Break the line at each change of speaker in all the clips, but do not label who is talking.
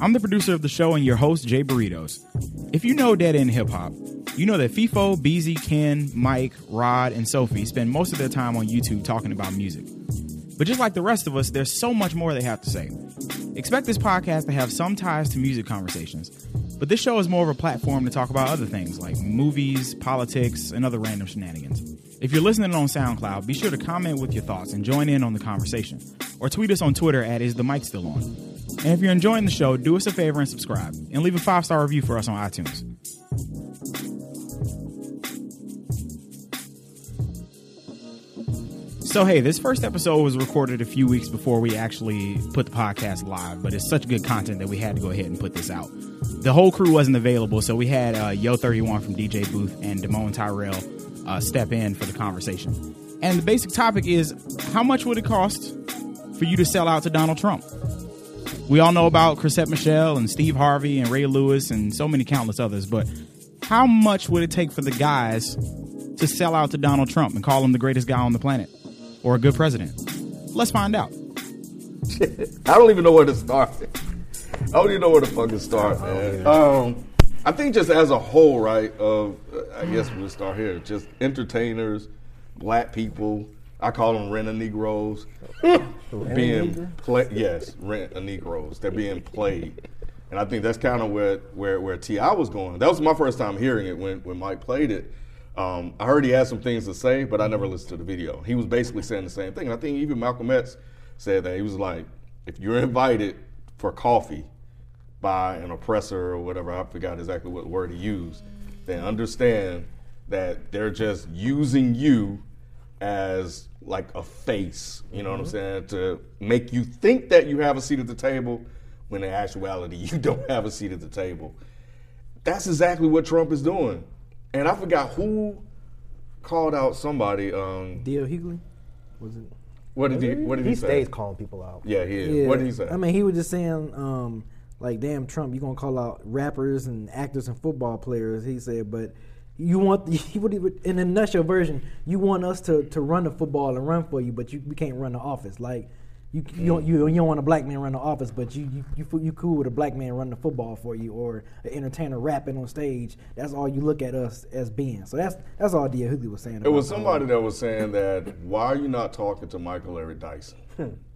I'm the producer of the show and your host, Jay Burritos. If you know Dead End Hip Hop, you know that FIFO, BZ, Ken, Mike, Rod, and Sophie spend most of their time on YouTube talking about music. But just like the rest of us, there's so much more they have to say. Expect this podcast to have some ties to music conversations, but this show is more of a platform to talk about other things like movies, politics, and other random shenanigans. If you're listening on SoundCloud, be sure to comment with your thoughts and join in on the conversation. Or tweet us on Twitter at Is the Mic Still On? And if you're enjoying the show, do us a favor and subscribe, and leave a five star review for us on iTunes. So, hey, this first episode was recorded a few weeks before we actually put the podcast live, but it's such good content that we had to go ahead and put this out. The whole crew wasn't available, so we had uh, Yo31 from DJ Booth and Damone Tyrell uh, step in for the conversation. And the basic topic is how much would it cost for you to sell out to Donald Trump? We all know about Chrisette Michelle and Steve Harvey and Ray Lewis and so many countless others, but how much would it take for the guys to sell out to Donald Trump and call him the greatest guy on the planet or a good president? Let's find out.
I don't even know where to start. I don't even know where to fucking start, man. Um, I think just as a whole, right? Of uh, I guess we'll start here. Just entertainers, black people. I call them rent a Negroes. being play, yes, rent a Negroes. They're being played, and I think that's kind of where where where Ti was going. That was my first time hearing it when when Mike played it. Um, I heard he had some things to say, but I never listened to the video. He was basically saying the same thing. And I think even Malcolm X said that. He was like, if you're invited for coffee by an oppressor or whatever, I forgot exactly what word he used, then understand that they're just using you as like a face, you know what I'm saying, to make you think that you have a seat at the table when in actuality you don't have a seat at the table. That's exactly what Trump is doing. And I forgot who called out somebody. Um,
Dio Hughley? Was it?
what did he? What did he,
He
say?
stays calling people out.
Yeah, he is. What did he say?
I mean, he was just saying, um, like, damn, Trump, you gonna call out rappers and actors and football players? He said, but you want he would even- in a nutshell version, you want us to, to run the football and run for you, but you we can't run the office. Like, you you don't, you, you don't want a black man run the office, but you you, you fo- you cool with a black man running the football for you or an entertainer rapping on stage. That's all you look at us as being. So that's that's all Dio Hughley was saying.
It was somebody that was saying that why are you not talking to Michael Larry Dyson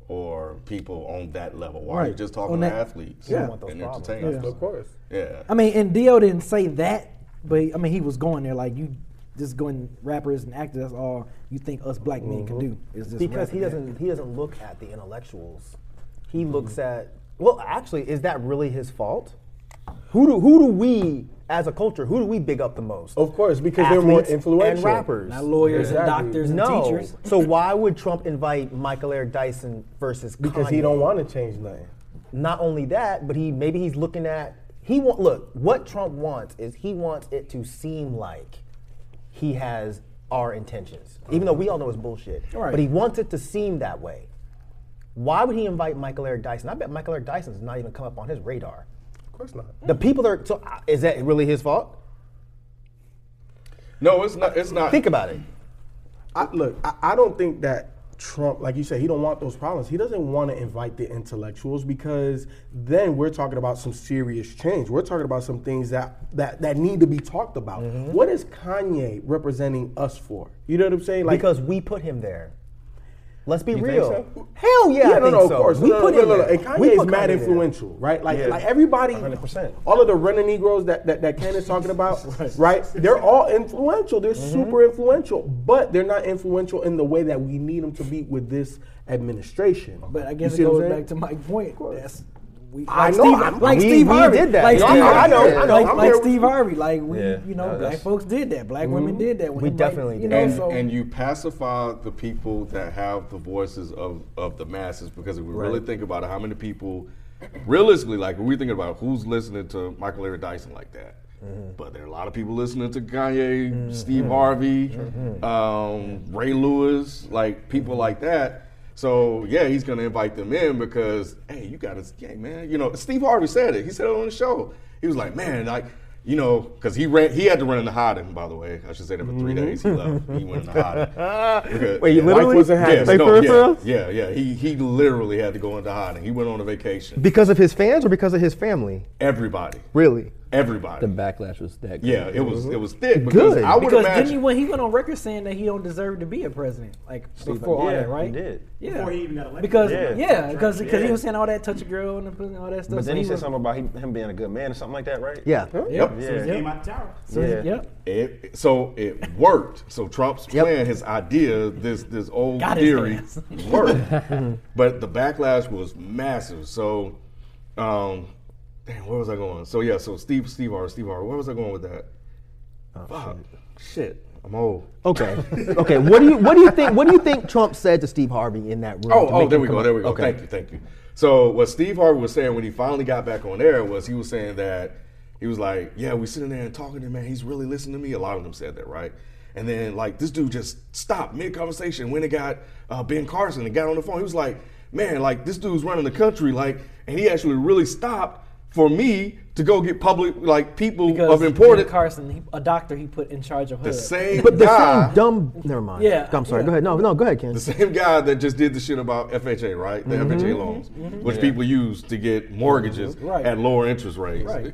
or people on that level? Why are you
Right.
just talking
On
to
that-
athletes
Yeah.
want those
and
problems.
entertainers?
Of course.
Yeah.
I mean, and Dio didn't say that, but I mean, he was going there like you just going rappers and actors. That's all you think us black men can do is just rap
Because he
and act.
doesn't he doesn't look at the intellectuals. He
Mm-hmm.
looks at well, actually, is that really his fault? Who do who do we as a culture, who do we big up the most?
Of course, because they're more
Athletes And
influential.
rappers.
Not lawyers
Exactly.
and doctors and
no.
teachers.
So why would Trump invite Michael Eric Dyson versus
Because
Kanye?
he don't want to change nothing.
not only that, but he maybe he's looking at he want look what Trump wants is he wants it to seem like he has our intentions, even though we all know it's bullshit.
Right.
But he wants it to seem that way. Why would he invite Michael Eric Dyson? I bet Michael Eric Dyson's not even come up on his radar.
Of course not.
The people that are so uh, is that really his fault?
No, it's not. It's not.
Think about it.
I, look, I, I don't think that Trump, like you said, he don't want those problems. He doesn't want to invite the intellectuals because then we're talking about some serious change. We're talking about some things that that, that need to be talked about.
Mm-hmm.
What is Kanye representing us for? You know what I'm saying? Like,
Because we put him there. Let's be
think
real.
so?
Hell yeah, I
no,
think
no,
so.
of course.
We
no, no,
put
no,
him
no, no.
there.
And
We
Kanye is
put
mad
Kanye there.
influential, right? Like,
Yeah.
like everybody,
100%.
all of the running Negroes that, that, that Ken is talking about, right? They're all influential. They're
Mm-hmm.
super influential, but they're not influential in the way that we need them to be with this administration.
But I guess
You see
it
what I'm
goes
saying?
back to my point.
course.
That's we,
I
like
know,
Steve,
I'm-
like
we-
Steve
we
Harvey.
did that.
Like
No,
Steve,
I know, I know.
Like,
I'm
like
there with
Steve
you.
Harvey. Like we,
Yeah,
you
no,
know, black
that's-
folks did that. Black women did that.
We
White-
definitely
you
did.
know,
and,
so-
and you pacify the people that have the voices of, of the masses because if we really think about it, how many people, realistically, like when we think about who's listening to Michael Larry Dyson like that, but there are a lot of people listening to Kanye, Steve Harvey, um, Ray Lewis, like people like that. So yeah, he's gonna invite them in because hey, you gotta, hey man, you know, Steve Harvey said it. He said it on the show. He was like, man, like you know, because he ran, he had to run into hiding. By the way, I should say that for three days he left. He went into hiding. Because-
Mm-hmm. Wait, you literally- Life wasn't
Yes,
happening. Like, for real, for real?
yeah, yeah, yeah. He he literally had to go into hiding. He went on a vacation.
Because of his fans or because of his family?
Everybody,
Really?
everybody.
The backlash was that.
Yeah, it was it was thick because
Good,
I would
because
imagine.
then he went, he went on record saying that he don't deserve to be a president. Like before all
yeah,
that, right?
he did.
Yeah.
Before he even got elected.
Because
Yeah.
yeah, because
Yeah.
he was saying all that touch a girl and the- all that stuff.
But
So
then he said
was-
something about he- him being a good man or something like that, right?
Yeah.
Yep.
Yeah.
He came out the tower.
So,
Yeah.
Yep.
It, so it worked. So Trump's
Yep.
plan, his idea, this this old
Got his
theory
ass.
worked, but the backlash was massive. So, um, damn, where was I going? So yeah, so Steve Steve R Steve R, where was I going with that? Fuck. shit. I'm old.
Okay. Okay. What do you What do you think What do you think Trump said to Steve Harvey in that room?
Oh,
to
oh,
make
there
him
we
come
go,
out?
there we go.
Okay.
Thank you, thank you. So what Steve Harvey was saying when he finally got back on air was he was saying that he was like, yeah, we sitting there and talking to him, man. He's really listening to me. A lot of them said that, right? And then like this dude just stopped mid conversation when it got uh, Ben Carson and got on the phone. He was like, man, like this dude's running the country, like, and he actually really stopped for me to go get public like people
Because
of importance.
Ben Carson, he, a doctor, he put in charge of
the
hood.
same
But the
guy.
same dumb. Never mind.
Yeah,
I'm sorry.
yeah.
Go ahead. No, no. Go ahead, Ken.
The same guy that just did the shit about FHA, right? The
Mm-hmm.
FHA loans, which people use to get mortgages
Right.
at lower interest rates.
Right.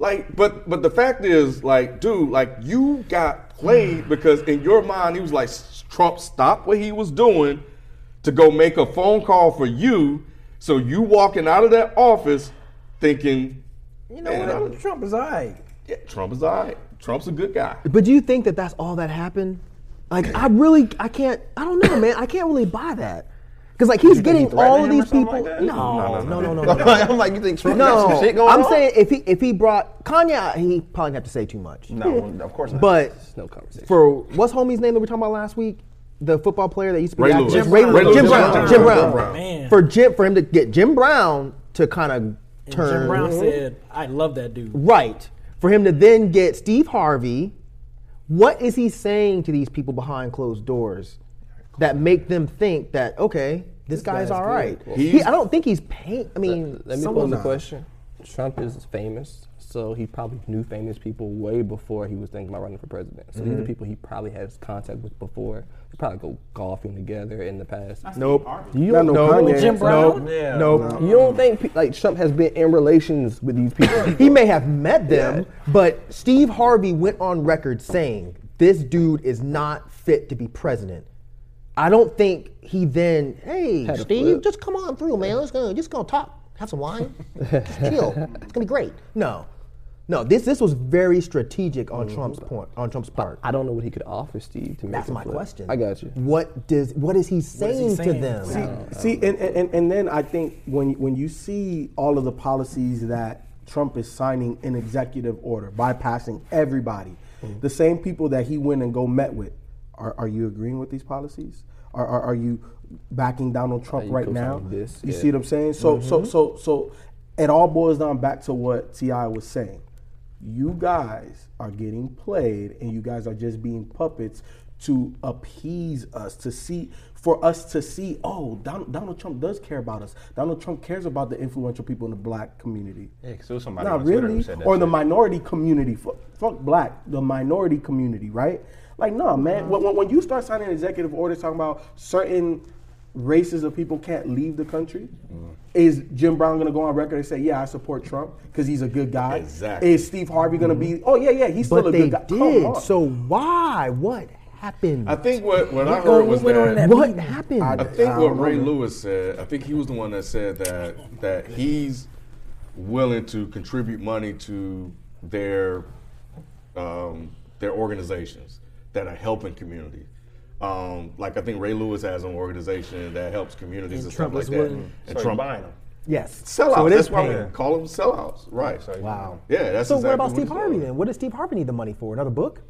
Like, but but the fact is, like, dude, like you got played because in your mind he was like Trump stopped what he was doing to go make a phone call for you, so you walking out of that office thinking,
You know
Man,
what?
I-
Trump is alright.
yeah, Trump is all right. Trump's a good guy.
But do you think that that's all that happened? Like, I really, I can't, I don't know, man. I can't really buy that. Because, like, he's getting
threatened
all of
him
these
or something
people.
like that?
No,
no, no,
no,
no, no, no. no.
I'm like, you think Trump got
No,
some shit going
I'm
on?
saying if he if he brought Kanye, he probably have to say too much.
No, of course not.
But
It's no conversation.
for what's homie's name that we were talking about last week? The football player that used to be
Ray
active-
Lewis.
Jim
Jim
Ray
Brown.
Lewis. Jim
Jim
Brown.
Brown.
Jim
Jim
Brown.
Brown.
Man.
For Jim, for him to get Jim Brown to kind of
And
turn
Jim Brown said, "I love that dude."
Right. For him to then get Steve Harvey, what is he saying to these people behind closed doors that make them think that, okay, this, guy's
guy's
all
good.
right? He,
He's-
I don't think he's paint. I mean,
Let me
someone-
pose a question. Trump is famous, so he probably knew famous people way before he was thinking about running for president. So
Mm-hmm.
these are people he probably has contact with before. They probably go golfing together in the past.
Nope.
You
Not
don't
no
know.
Kanye.
Jim Brown?
Nope. Nope. You don't think pe- like Trump has been in relations with these people?
He may have met them, but Steve Harvey went on record saying, this dude is not fit to be president. I don't think he then, hey,
a
Steve,
flip.
just come on through, man. Let's go, just go talk, have some wine, just chill. It's gonna be great. No, no. This this was very strategic on Trump's point, on Trump's part.
I don't know what he could offer Steve to make.
That's
him
my
flip.
question.
I got you.
What does what is he saying, to
saying?
them?
See,
See, and, and, and- and then I think when when you see all of the policies that Trump is signing in executive order, bypassing everybody,
Mm-hmm.
the same people that he went and go met with, are, are you agreeing with these policies? Are, are, are you backing Donald Trump
you
right now?
co-signing this?
You
Yeah.
see what I'm saying? So so so so it all boils down back to what Ti was saying. You guys are getting played, and you guys are just being puppets to appease us, to see for us to see. Oh, Don, Donald Trump does care about us. Donald Trump cares about the influential people in the black community.
Yeah, 'cause there was somebody
Not
on Twitter who
really,
said that
or the
shit.
minority community. Fuck, fuck black, the minority community, right? Like, no,
Mm-hmm.
man. When, when- when you start signing executive orders talking about certain races of people can't leave the country,
Mm-hmm.
is Jim Brown going to go on record and say, "Yeah, I support Trump because he's a good guy"?
Exactly. Mm-hmm.
Is Steve Harvey going to be? Oh yeah, yeah, he's still
but
a
they
good guy. Come
did.
on.
So why? What happened?
I think what what I heard was
went on
that
that
what happened?
I think what Ray Lewis said. I think he was the one that said that that he's willing to contribute money to their um, their organizations that are helping community. Um, like I think Ray Lewis has an organization that helps communities and,
Trump
stuff
is
like that.
willing-
And Trump
buying 'em.
Yes.
Sellouts.
So it
that's
is
why
paying.
we call them sellouts. Right. So-
Wow.
Yeah, that's
so.
exactly
what about Steve
it's
Harvey
called.
then? What does Steve Harvey need the money for? Another book?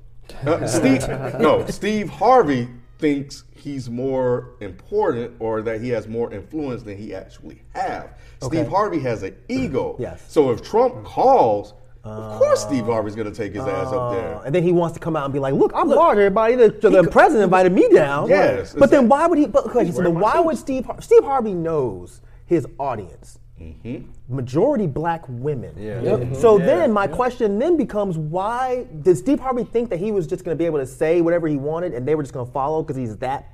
Uh, Steve, no, Steve Harvey thinks he's more important or that he has more influence than he actually have. Steve Harvey has an ego.
Yes.
So if Trump calls, of course Steve Harvey's going to take his ass up
Uh,
there.
and then he wants to come out and be like, "Look, I'm large. Everybody, the, the president invited me down."
Yes,
But then
exactly.
why would he? But, okay, so
wearing
then
my
why
suit.
would Steve? Har- Steve Harvey knows his audience.
Mm-hmm.
Majority black women. Yeah. So then my question then becomes why did Steve Harvey think that he was just going to be able to say whatever he wanted and they were just going to follow because he's that?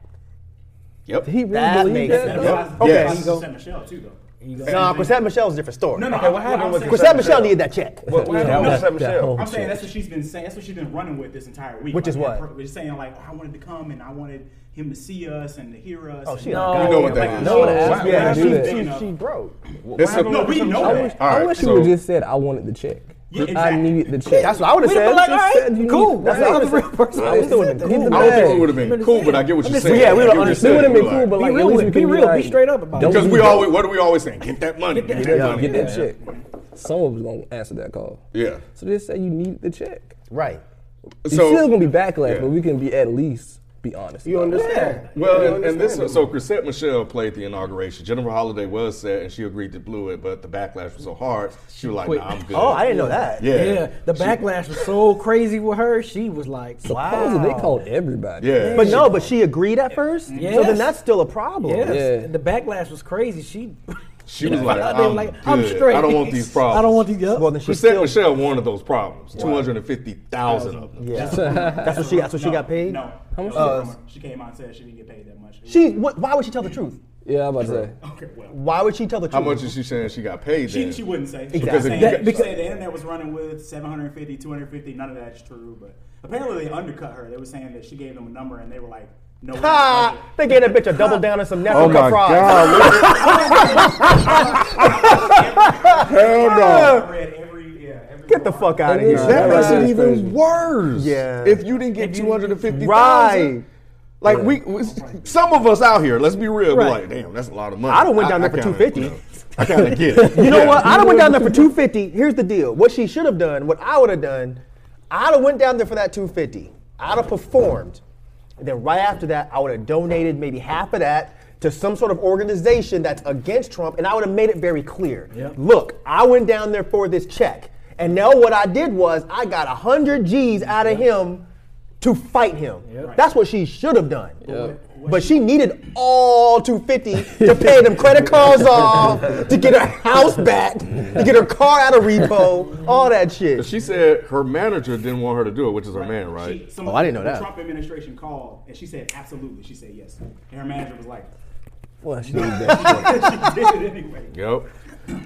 Yep.
He really
That
believed
makes
that?
sense.
That's-
Okay.
Saint Michelle too, though.
No, Chrisette Michelle's a different story.
No, no.
Chrisette
what happened with
Michelle needed that check.
What, what happened with
that
Michelle?
whole-
I'm saying that's what she's been saying. That's what she's been running with this entire week.
Which
Like,
is what?
that per- We're saying like, oh, I wanted to come and I wanted him to see us and to hear us.
Oh,
and
she a
to-
god.
You know what that is.
No one
Why-
asked me
why
to
is
do
she
that.
big
She-
enough?
she
broke.
It's a-
No, we know
I
that.
wish,
All right,
I wish
so-
you would just said I wanted the check.
Yeah,
I
exactly.
needed the check.
That's what I would have
We'd have
said.
been like, all right,
Said you
cool.
need- That's
Right.
what I was the real person. I
Right.
was still in the
Get the
cool.
I don't think it
Hey.
would have been cool, but I get what you're saying.
yeah, we
I
would've
get what you're
It
saying.
would have been
Like,
cool, but like,
real
at least
with
we
it.
can
Be real.
like,
Be straight up about it.
don't
Because
be
we
dumb.
always, what do we always saying? Get that money. Get that
Yeah,
money.
get that check. Someone was gonna answer that call.
Yeah.
So just say you need the check.
Right.
It's
So-
still gonna be backlash,
yeah.
but we can be at least be honest.
You
about it.
understand? You
Well, and, and this
understand
so Chrisette Michelle played the inauguration. Jennifer Holliday was set, and she agreed to blue it, but the backlash was so hard. She was like,
quit.
"Nah, I'm good."
Oh, I didn't know that.
Yeah,
Yeah, the backlash was so crazy with her. She was like,
Supposedly
Wow.
they called everybody.
yeah.
But no, but she agreed at first. So then
Yes.
that's still a problem.
yes.
Yeah.
The backlash was crazy. She,
she was like,
they were
"I'm,
like,
good.
I'm straight.
I don't want these problems.
I don't want these. Yep.
Well, then she
Chrisette
still.
Michelle wanted those problems. Two hundred and fifty thousand of them.
Yeah. that's what she. That's what she got paid.
No. How
much
much? She came out and said she didn't get paid that much.
She. What, why would she tell the truth?
Yeah, I'm about to say.
Okay, well.
Why would she tell the truth?
How much is she saying she got paid?
She,
then?
she wouldn't say. She,
Because
was saying,
it-
she
because-
said the internet was running with 750, 250. None of that's true. But apparently they undercut her. They were saying that she gave them a number and they were like, no. we're not
Ha!
budget.
They gave that bitch a double down and some Nestle Cup fries.
Hell no.
I read every, yeah, every
Get the fuck out of
It
here.
is
That
Nah,
makes it
that's
even
crazy.
worse.
Yeah.
If you dn't get two hundred and fifty thousand.
Right.
Like we, we- some of us out here. Let's be real. We're like, damn, that's a lot of money.
I done went down there for
kinda,
250.
you know, I kind of get it.
You know what? I done went down there for 250. Here's the deal. What she should have done, what I would have done, I'd have went down there for that 250. I'd have performed. And then right after that, I would have donated maybe half of that to some sort of organization that's against Trump, and I would have made it very clear. Look, I went down there for this check. And now what I did was I got 100 G's out of him to fight him. That's what she should have done. But she needed all 250 to pay them credit cards off, to get her house back, to get her car out of repo, all that shit.
She said her manager didn't want her to do it, which is her man, right?
She, some,
Oh, I didn't know
the
that.
Trump administration called and she said absolutely. She said yes, and her manager was like,
Well, she needed that.
she did it anyway.
Yep.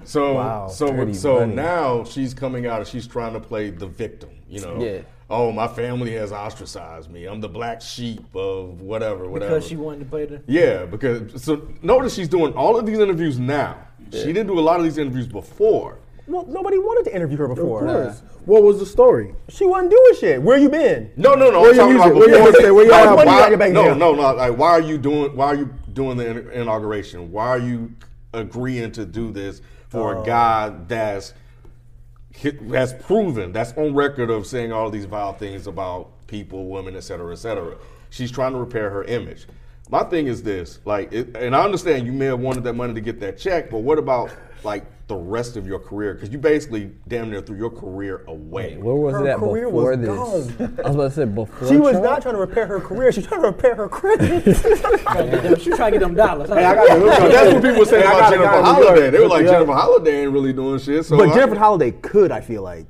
So
Wow.
so
Dirty
so
money.
now she's coming out and she's trying to play the victim. You know.
Yeah.
Oh, my family has ostracized me. I'm the black sheep of whatever, whatever.
because she wanted to play the.
Yeah, because so notice she's doing all of these interviews now. She didn't do a lot of these interviews before.
Well, nobody wanted to interview her before.
What was the story?
She wasn't doing shit. Where you been?
No, no, no.
Where
I'm
your
talking about
music? Where your
before
music?
they-
Where your
Like,
album?
why-
Money out your bank
No,
account.
no, no. Like, why are you doing? Why are you doing the in- inauguration? Why are you agreeing to do this for
Oh.
a guy that's that's proven that's on record of saying all these vile things about people, women, et cetera, et cetera. She's trying to repair her image. My thing is this, like, it, and I understand you may have wanted that money to get that check, but what about like the rest of your career? Because you basically damn near threw your career away.
Where was
Her
it at
career
before
was
this?
gone.
I was about to say before.
She was
Trump?
not trying to repair her career. She's trying to repair her credit.
She trying to get them dollars.
I got the hook
So
up.
that's what people were saying
I
about
got a
Jennifer
guy in New
Holiday.
York.
They were like,
Yeah.
Jennifer Holiday ain't really doing shit. So
but
I-
Jennifer Holiday could, I feel like.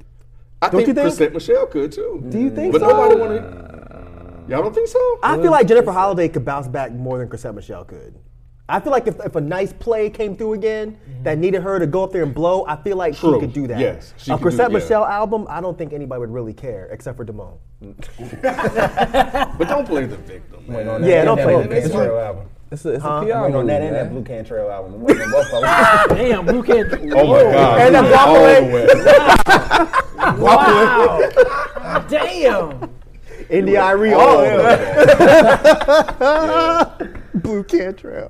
I
don't
think
you think?
Chrisette Michelle could too. Do
you think
But
so?
nobody wanted. Y'all don't think so?
I feel like Jennifer Holiday could bounce back more than Chrisette Michelle could. I feel like if, if a nice play came through again that needed her to go up there and blow, I feel like
Mm-hmm. True.
she could do that.
Yes, she
a
could do-
Chrisette
yeah.
Michelle album, I don't think anybody would really care except for Damone.
but don't play the victim. man.
Yeah, don't play that.
Blue Trail album.
It's a, it's a
Huh?
PR
Went
move,
on that and that
man.
Blue Can Trail album. One of them motherfuckers.
Damn, Blue Kid.
Oh my God.
And
we
I'm
went all
waffling.
the way.
Wow. Damn.
India Irie,
All
all
the
of
way.
them. Blue Cantrell.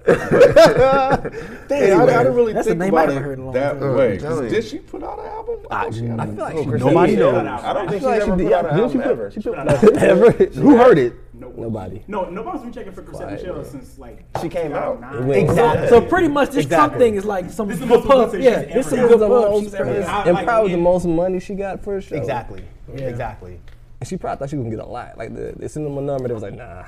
Damn, I, I
Anyway.
didn't really
That's a
think
name I
about
haven't heard in a
it
long
that
time.
way.
Tell you.
Did she put out an album? Oh, I, don't
I feel like she
Nobody
did.
knows.
I don't think
feel
she's ever
like she
put
did.
out an
Didn't she
album
put-
ever.
she put- Ever? Who heard it?
No,
Nobody.
No, nobody's been checking for Chrisette Michelle since like
She came out.
2009.
Went
Exactly.
So pretty much this Trump
Exactly.
thing is like some
This is the
good
most
puff.
publicity
Yeah,
she's
this
ever
some
had.
good
This
puff
most
she's ever
ever
had.
had.
and
like,
probably the
it-
most money she got for a show.
Exactly. Exactly.
And she probably thought she was gonna get a lot. Like the, the cinema number, they was like, nah.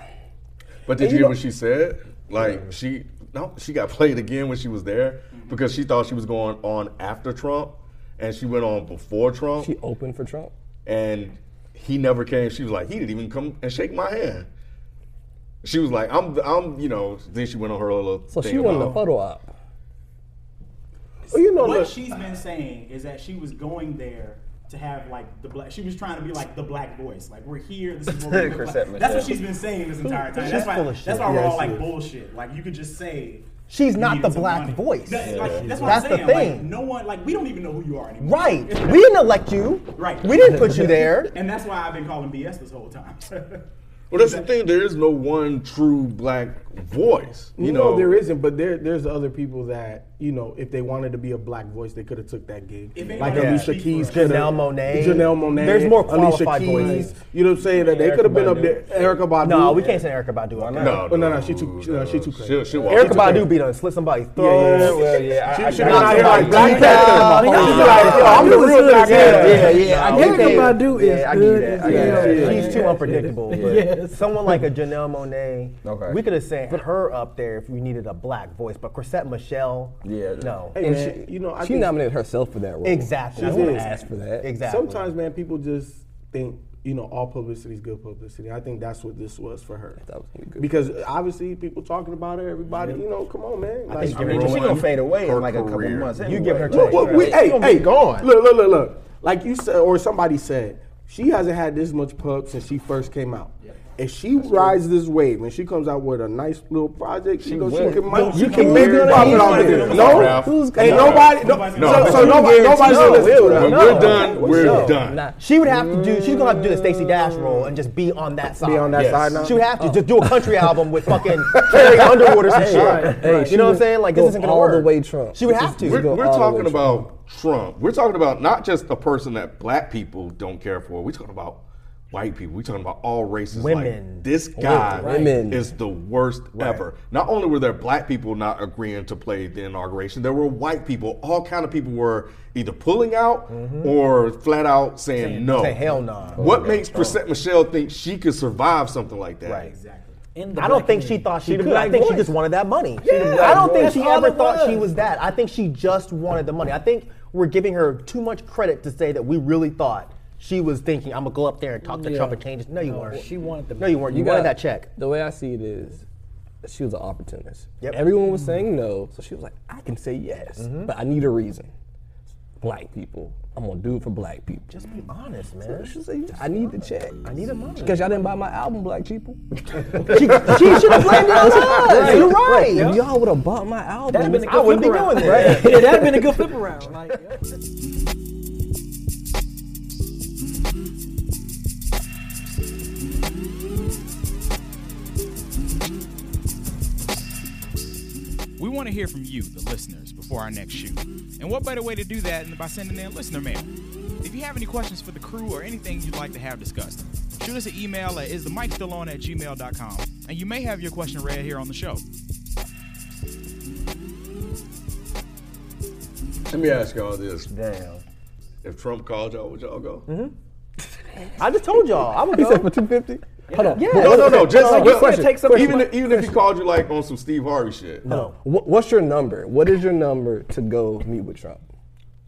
But did you hear what she said? Like she no, she got played again when she was there because she thought she was going on after Trump, and she went on before Trump,
She opened for Trump.
and he never came. She was like, he didn't even come and shake my hand. She was like, I'm, I'm, you know. Then she went on her little.
So
thing
she wanted a
about-
photo op.
Well, you know,
what
look,
she's been saying is that she was going there to have like the black. She was trying to be like the black voice. Like we're here. This is what we look
Chrisette
like.
Michele.
That's what she's been saying this entire time.
She's
That's why.
full of shit.
That's why we're
Yeah,
all
she
like
is.
bullshit. Like you could just say.
She's
you
not
needed
the
some
black
money.
voice.
That- like, that's what
That's
I'm
the
saying. Like,
thing.
no one. Like we don't even know who you are anymore.
Right. We didn't elect you.
Right.
We didn't put you there.
And that's why I've been calling BS this whole time.
Well, that's the thing. There is no one true black voice. You know,
no, there isn't, but there there's other people that you know if they wanted to be a black voice, they could have took that gig.
If
like
anybody
Alicia
speak
Keys,
for
could
Janelle Monáe.
Janelle Monae.
There's more
Alicia
qualified
Keys.
voices.
You know what I'm saying? That they
Erykah
could have been up there.
Badu.
Erica Badu.
No, we can't say Erica Badu. up there.
No,
Well, no, no, she too- no, she too
She, she
Erica
walked-
Badu beat on slit somebody's
yeah,
throat.
yeah.
Well, yeah. I- I
She
got
should have
it.
been out here like Black
Black Panther.
Panther.
Nigga,
she's like, yo, I'm the
Who is
real
good as
black
hell.
Panther.
Yeah, yeah. I get
Erica
that.
Badu is
Yeah, I get
good
that.
as
I get
hell.
that.
Yeah,
She's too unpredictable. but
Yes.
Someone like a Janelle Monet,
Okay.
we could have sent her up there if we needed a black voice. But Chrisette Michelle,
Yeah.
no.
Hey, man, you know, I
She
think
nominated herself for that role.
Exactly.
I wouldn't
She did.
ask for that.
Exactly.
sometimes, man, people just think you know all publicity is good publicity. I think that's what this was for her.
That was gonna be good.
Because obviously, people talking about her, everybody, you know, come on, man.
think
Like,
you're
She's
Rowan,
gonna fade away
her
in like a couple
career.
months.
You give her
anyway.
time.
Like,
Well, we,
Right.
hey,
She gonna
hey,
be gone.
Look, look, look, look. Like you said, or somebody said, she hasn't had this much pub since she first came out. If she rides this wave and she comes out with a nice little project, she, goes,
will.
she can, make-
You
she can
can
make a
guarantee
profit
it.
off of
You
this.
can
No,
guarantee it.
ain't
No.
nobody. No,
No,
so
but
so
you
nobody, nobody's
No,
listening to
Will,
her.
When
no.
we're done, we're
No.
done.
Nah.
She would have to do. She's gonna have to do the Stacey Dash role and just be on that side.
Be on that
Yes.
side now.
She would have to just do a country album with fucking Carrie Underwood or some shit.
Hey, she
you know what I'm
would
saying? Like
go
this isn't gonna
all
work.
the way Trump.
She would
This
have
is-
to.
We're,
go
we're
all the
talking
way
about Trump. We're talking about not just a person that black people don't care for. We're talking about white people. We're talking about all races. Like,
Women.
this guy
Women.
is the worst ever. Not only were there black people not agreeing to play the inauguration, there were white people. All kind of people were either pulling out or flat out saying no.
say hell nah.
What makes Chrisette Michelle think she could survive something like that?
Right.
exactly.
In the
I don't
black
think
community.
she thought she
She the
could. I
black
think she
voice.
just wanted that money.
the black
I don't think
voice.
she
That's all
ever
it
thought she
was.
was that. I think she just wanted the money. I think we're giving her too much credit to say that we really thought she was thinking, I'm gonna go up there and talk to
Yeah.
Trump and change it. No, you
No,
weren't.
she wanted the
No, you weren't. You,
got
wanted that check.
The way I see it is, she was an opportunist.
Yep.
Everyone was saying no, so she was like, I can say yes, but I need a reason. Black people. I'm gonna do it for black people. Just
Be honest,
so
man.
she said, I need the check.
I need the money.
Because y'all didn't buy my album, Black People.
she should have blamed it on us. You're right.
If y'all would have bought my album,
That'd been a
I
good
wouldn't
wouldn't be
flip around.
doing that.
yeah, that'd been a good flip around. Like, yeah.
We want to hear from you, the listeners, before our next shoot. And what better way to do that than by sending in listener mail? If you have any questions for the crew or anything you'd like to have discussed, shoot us an email at isthemicstillon at gmail.com, and you may have your question read here on the show.
Let me ask y'all this.
Damn.
If Trump called y'all, would y'all go?
I just told y'all. I would
He
go.
said for 250. Hold on.
Yeah.
No, no, no. Just
Like,
well,
you said, take something
even
from-
if, even if he called you like on some Steve Harvey shit.
No.
What, what's your number? What is your number to go meet with Trump?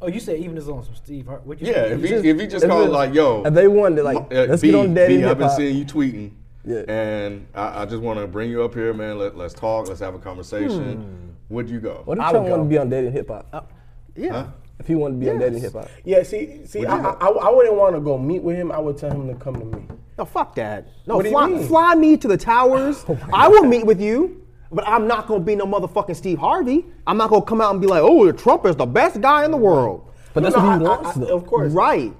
Oh, you said even as on some Steve Hart. What you
Yeah,
said?
if he if he just called
it-
like yo,
if they wanted to, like,
uh,
let's
B,
get on Daddy
B, I've been
Hip-Hop.
seeing you tweeting,
Yeah.
and I, I just want to bring you up here, man. Let, let's talk. Let's have a conversation. Would you go?
Hmm. What if
I would
Trump wanted
go.
to be on Dating Hip
Uh,
Hop?
Yeah.
Huh?
if he wanted to be on Dating Hip Hop.
Yeah, see, see, I, I, I wouldn't want to go meet with him. I would tell him to come to me.
No, fuck that. No,
What do you
fly,
mean?
fly me to the towers. I will meet with you, but I'm not gonna be no motherfucking Steve Harvey. I'm not gonna come out and be like, oh, Trump is the best guy in the world.
But that's
No,
what he
I- I-
wants,
I-
though.
Of course.
Right.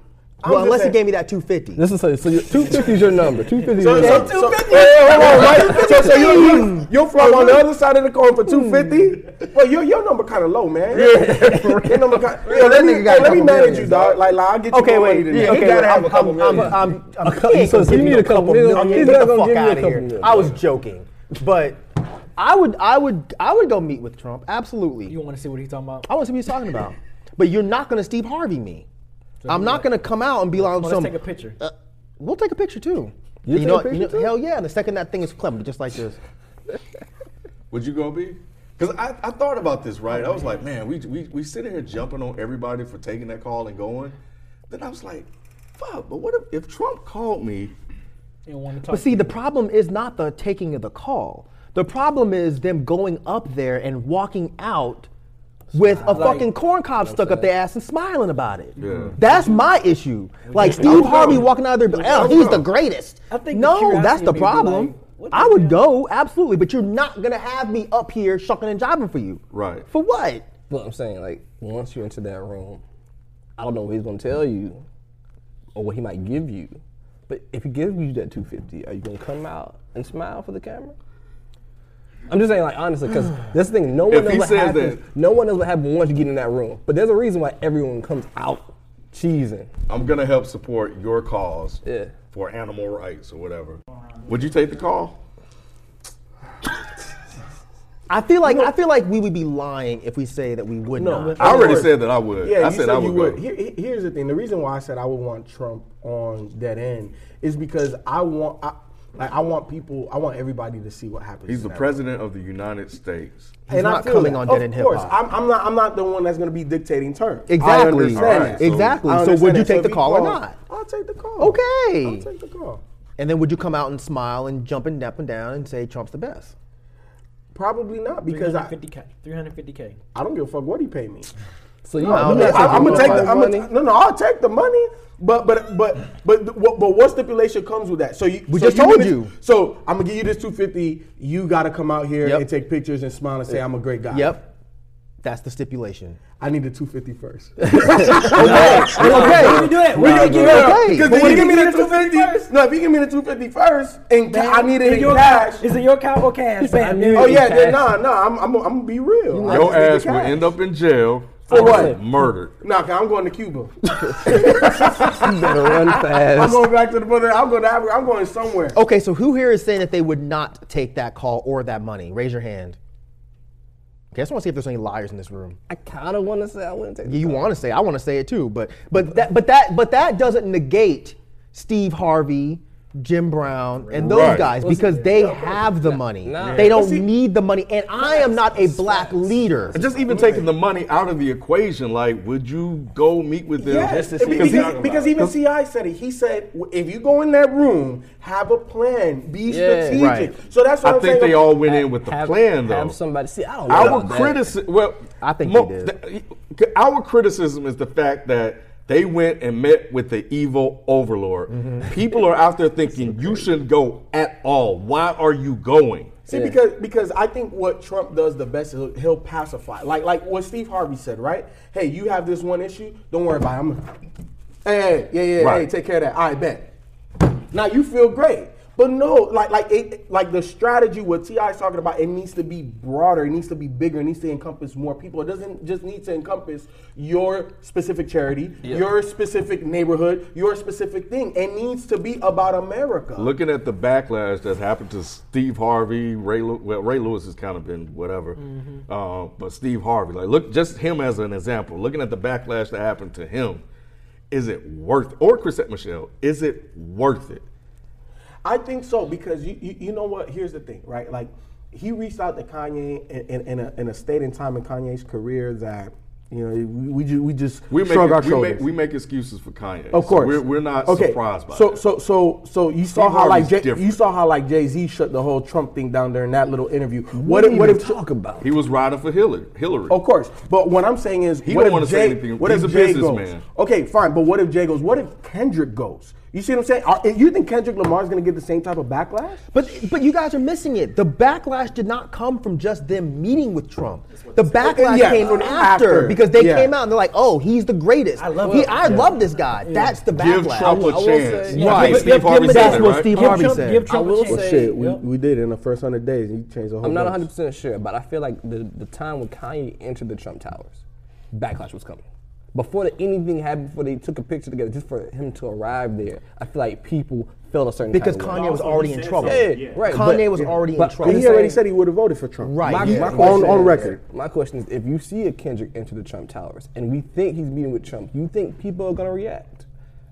Well,
just
unless
saying-
he gave me that 250.
This is so, so your, 250 is your number. 250 is your
So, so,
number.
so, wait, wait, hold on, right? so, so you, you, you're from on the other side of the coin for 250? Mm. Well, your, your number kind of low, man. Yeah. your number kind
Yeah, that
let me,
nigga got a
let me
couple
manage
millions,
you, dog. Like, like, I'll get you
Okay,
more money
wait.
than
Yeah,
that.
okay,
Okay,
well,
well,
I'm,
a couple
I'm, I'm,
million.
I'm, I'm,
A couple-
ain't
so
gonna
you
give
need
no
a couple
couple
million.
million.
He's
Get
not
the
gonna
fuck
give you a
outta here.
couple million.
I was joking, but I would, I would, I would go meet with Trump. Absolutely.
You want to see what he's talking about?
I want to see what he's talking about. But you're not going to Steve Harvey me. I'm not going to come out and be like,
Well,
some,
let's take a picture.
Uh, we'll take a picture too.
You take a
what-
picture, too?
Hell yeah! The second that thing is clever, just like this.
Would you go be? Because I, I thought about this, right? I was like, man, we, we, we sitting here jumping on everybody for taking that call and going. Then I was like, fuck, but what if, if Trump called me?
You don't want to talk.
But see, the problem is not the taking of the call. The problem is them going up there and walking out with a fucking corn cob stuck up their ass and smiling about it.
Yeah.
That's my issue. Like Steve Harvey walking out of there, oh, he's the greatest.
I think the
no,
curiosity
that's the
would be like,
problem.
what the
I would
hell?
go absolutely, but you're not gonna have me up here shucking and jiving for you.
Right.
For what?
But I'm saying, like, once you enter that room, I don't know what he's gonna tell you or what he might give you. But if he gives you that 250, are you gonna come out and smile for the camera? I'm just saying, like, honestly, because this thing, no
If
one
he
knows what
says
happens.
that-
No one knows what happens once you get in that room. But there's a reason why everyone comes out cheesing.
I'm going to help support your cause
Yeah.
for animal rights or whatever. Would you take the call?
I feel like I feel like we would be lying if we say that we would not.
I already
would.
said that I would.
Yeah,
I
you
said
said
I would.
you
go.
would. Here- here- here's the thing: the reason why I said I would want Trump on that end is because I want, I, like, I want people, I want everybody to see what happens.
He's
in
the
that
president of the United States.
He's
I
not
feel
coming
that.
on Dead
of
End Hip
course.
Hop.
I'm, I'm not. I'm not the one that's going to be dictating terms.
Exactly.
I understand
All
right,
that.
so-
Exactly.
I
So
understand
would you
that.
take
if
the
he
call or
calls,
not?
I'll take the call.
Okay.
I'll take the call.
And then would you come out and smile and jump and up and down and say Trump's the best?
Probably not because I,
350k. 350k.
I don't give a fuck what he pay me.
So you,
I don't
you
know.
not
I-
I, am
taking
gonna
you
take
want
the
nobody's
I'm
money.
gonna, no no I'll take the money but but but but but what, but what stipulation comes with that so you
We
so
just told
gonna-
you.
so I'm gonna give you this 250 you gotta come out here
Yep.
and take pictures and smile and say I'm a great guy
Yep. That's the stipulation.
I need the 250 first
Okay.
We do that. We
Nah, nah,
didn't give
nah.
Yeah,
Okay.
because
But
if you
when
give me
you
the 250 first no if you give me the 250 first and I need it in
your
cash
Is it your cow or cash? Bam.
knew
oh
it in
yeah then,
cash.
nah nah I'm I'm, I'm gonna be real I
Your ass
just need the
will
cash.
end up in jail
For what?
Murdered.
nah 'cause I'm going to Cuba
You better run
I'm
fast.
going back to the I'm going to Africa I'm going somewhere
Okay, so who here is saying that they would not take that call or that money? Raise your hand. Okay, I just want to see if there's any liars in this room.
I kind of want to say I wouldn't take.
Yeah, you want to say, I want to say it too, but but that but that but that doesn't negate Steve Harvey, Jim Brown, and those
Right.
guys because they have the money.
nah.
They don't need the money, and I am not a black leader.
And just even taking the money out of the equation, like, would you go meet with them?
Yes, be- because, because even Ci said it. He said, "W- if you go in that room, have a plan, be
Yeah.
strategic.
Right.
So that's what
I
I'm
think
saying.
they all went in with the
Have-
plan, though.
Have somebody see. I don't. know
Our
about that.
criticism, well,
I think they did.
th- our criticism is the fact that they went and met with the evil overlord.
Mm-hmm.
People are out there thinking you shouldn't go at all. Why are you going?
See, because because I think what Trump does the best is he'll, he'll pacify. Like like what Steve Harvey said, right? Hey, you have this one issue. Don't worry about it. I'm. gonna- Hey, hey, yeah, yeah, hey,
Right.
take care of that. I bet. Now you feel great. But no, like like it, like the strategy what Ti is talking about, it needs to be broader, it needs to be bigger, it needs to encompass more people. It doesn't just need to encompass your specific charity, your specific neighborhood, your specific thing. It needs to be about America.
Looking at the backlash that's happened to Steve Harvey, Ray Lew- well, Ray Lewis has kind of been whatever,
Mm-hmm.
uh, but Steve Harvey, like look just him as an example. Looking at the backlash that happened to him, is it worth? Or Chrisette Michelle, is it worth it?
I think so because you, you you know what? Here's the thing, right? Like he reached out to Kanye in, in, in, a, in a state and time in Kanye's career that you know we, we just we just
We make,
shrug our
we,
shoulders.
make we make excuses for Kanye.
of
So
course,
we're, we're not surprised by
so,
that.
So so so you saw
Steve
how like
Harvey's
Jay,
different.
you saw how like Jay Z shut the whole Trump thing down during that little interview. What, if what if
talk about?
he was riding for Hillary. Hillary.
Of course, but what I'm saying is,
He
what
don't
if
wanna
Jay,
say anything.
What
He's
if
a
Jay goes?
businessman.
Okay, fine, but what if Jay goes? What if Kendrick goes? You see what I'm saying? Are, you think Kendrick Lamar is going to get the same type of backlash?
But but you guys are missing it. The backlash did not come from just them meeting with Trump. The backlash
Yeah,
came
after.
after, because they
Yeah.
came out and they're like, "Oh, he's the greatest. I love he, I love this guy." That's the
Give
backlash.
Trump a
will
chance.
say-
Right.
Right.
Give-
Steve
give
Harvey
him
said
that's
that,
what
right?
Steve
Give
Harvey
Trump-
said.
give Trump
I will
a
say-
chance.
we, we did in the first 100 days. You changed the whole
I'm not
bunch.
100 percent sure, but I feel like the the time when Kanye entered the Trump Towers, backlash was coming. Before the, anything happened, before they took a picture together, just for him to arrive there, I feel like people felt a certain
because
kind of way.
Kanye was
Also, he
already in
said
trouble.
something,
yeah. Right,
Kanye
but-
was already in
but-
trouble.
but
He already
saying-
said he would have voted for Trump.
Right.
My-
yeah.
my
on,
question
on
is-
record.
My question is, if you see a Kendrick enter the Trump Towers and we think he's meeting with Trump, you think people are gonna react?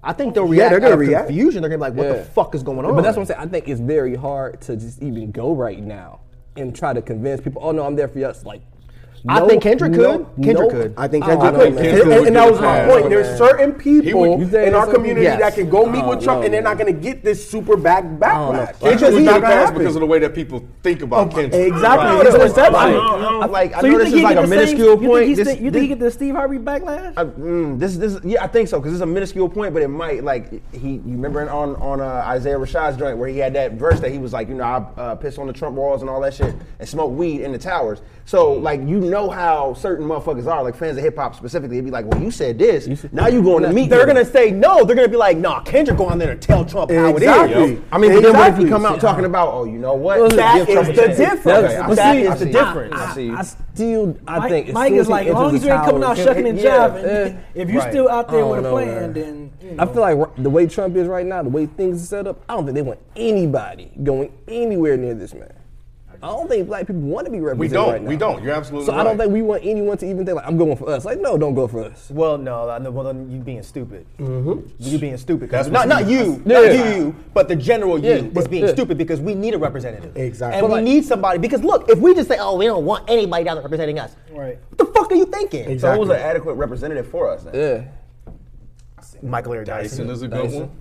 I think they'll react.
they're
out
gonna
of
react.
Confusion. They're gonna be like, "What the
Yeah.
fuck is going on?"
But that's what I'm saying. I think it's very hard to just even go right now and try to convince people. Oh no, I'm there for us. Like,
I
no,
think Kendrick
no,
could. Kendrick
no.
could.
I think
I don't
Kendrick could.
know, man.
And, and- and that was my
Yeah.
point. There's certain people
You think
in our
there's some
community
people-
that can go meet with
Oh,
Trump
no,
and they're
man.
not going to get this super back backlash.
Kendrick was
It's
not
gonna
passed
happen.
because of the way that people think about Kendrick.
Exactly.
Right.
That's what it's
Right.
like.
Right.
I'm like, I
So
know
you
this
think he
is like
get the
a
same-
minuscule
You think,
point.
he's
This,
th- you think he get the Steve Harvey backlash?
I, mm, this, this, yeah, I think so because it's a minuscule point, but it might like he. You remember in- on on uh, Isaiah Rashad's joint where he had that verse that he was like, you know, I uh, piss on the Trump walls and all that shit and smoke weed in the towers. So like, you know how certain motherfuckers are, like fans of hip hop specifically. It'd be like, well, you said this, now you going to meet.
they're
them.
gonna say no. They're gonna be like, "Nah, Kendrick go on there and tell Trump how it is."
Exactly.
I mean, but then what if
Exactly.
you come out talking about, oh, you know
Well,
what?
that
Give Trump
is
a
the
chance.
difference.
Okay, I
But
see-
see,
I
it's the
see. difference. I see.
I-
Still, I
Mike,
think as
Mike
soon
is
as he
like, as
enters
long
the
as you ain't coming out
towers-
shucking and
Yeah,
jiving,
eh.
if you still out there with a plan, then you know.
I feel like r- the way Trump is right now, the way things are set up, I don't think they want anybody going anywhere near this man. I don't think black people want to be represented.
We don't.
right now.
We don't. You're absolutely
So I don't
right.
think we want anyone to even think like I'm going for us. Like no, don't go for us.
Well, no, I know- well then you being stupid.
Mm-hmm.
You being stupid. 'cause-
That's
not
what's-
not you,
Yeah.
not you, you, but the general you
Yeah,
is
but-
being
yeah.
stupid because we need a representative.
Exactly.
And
But
we
like-
need somebody because look, if we just say, "Oh, we don't want anybody down there representing us,"
Right.
What the fuck are you thinking?
So who's
Exactly.
an adequate representative for us? Then?
Yeah.
Michael Air Dyson.
Dyson is a good
Dyson.
one.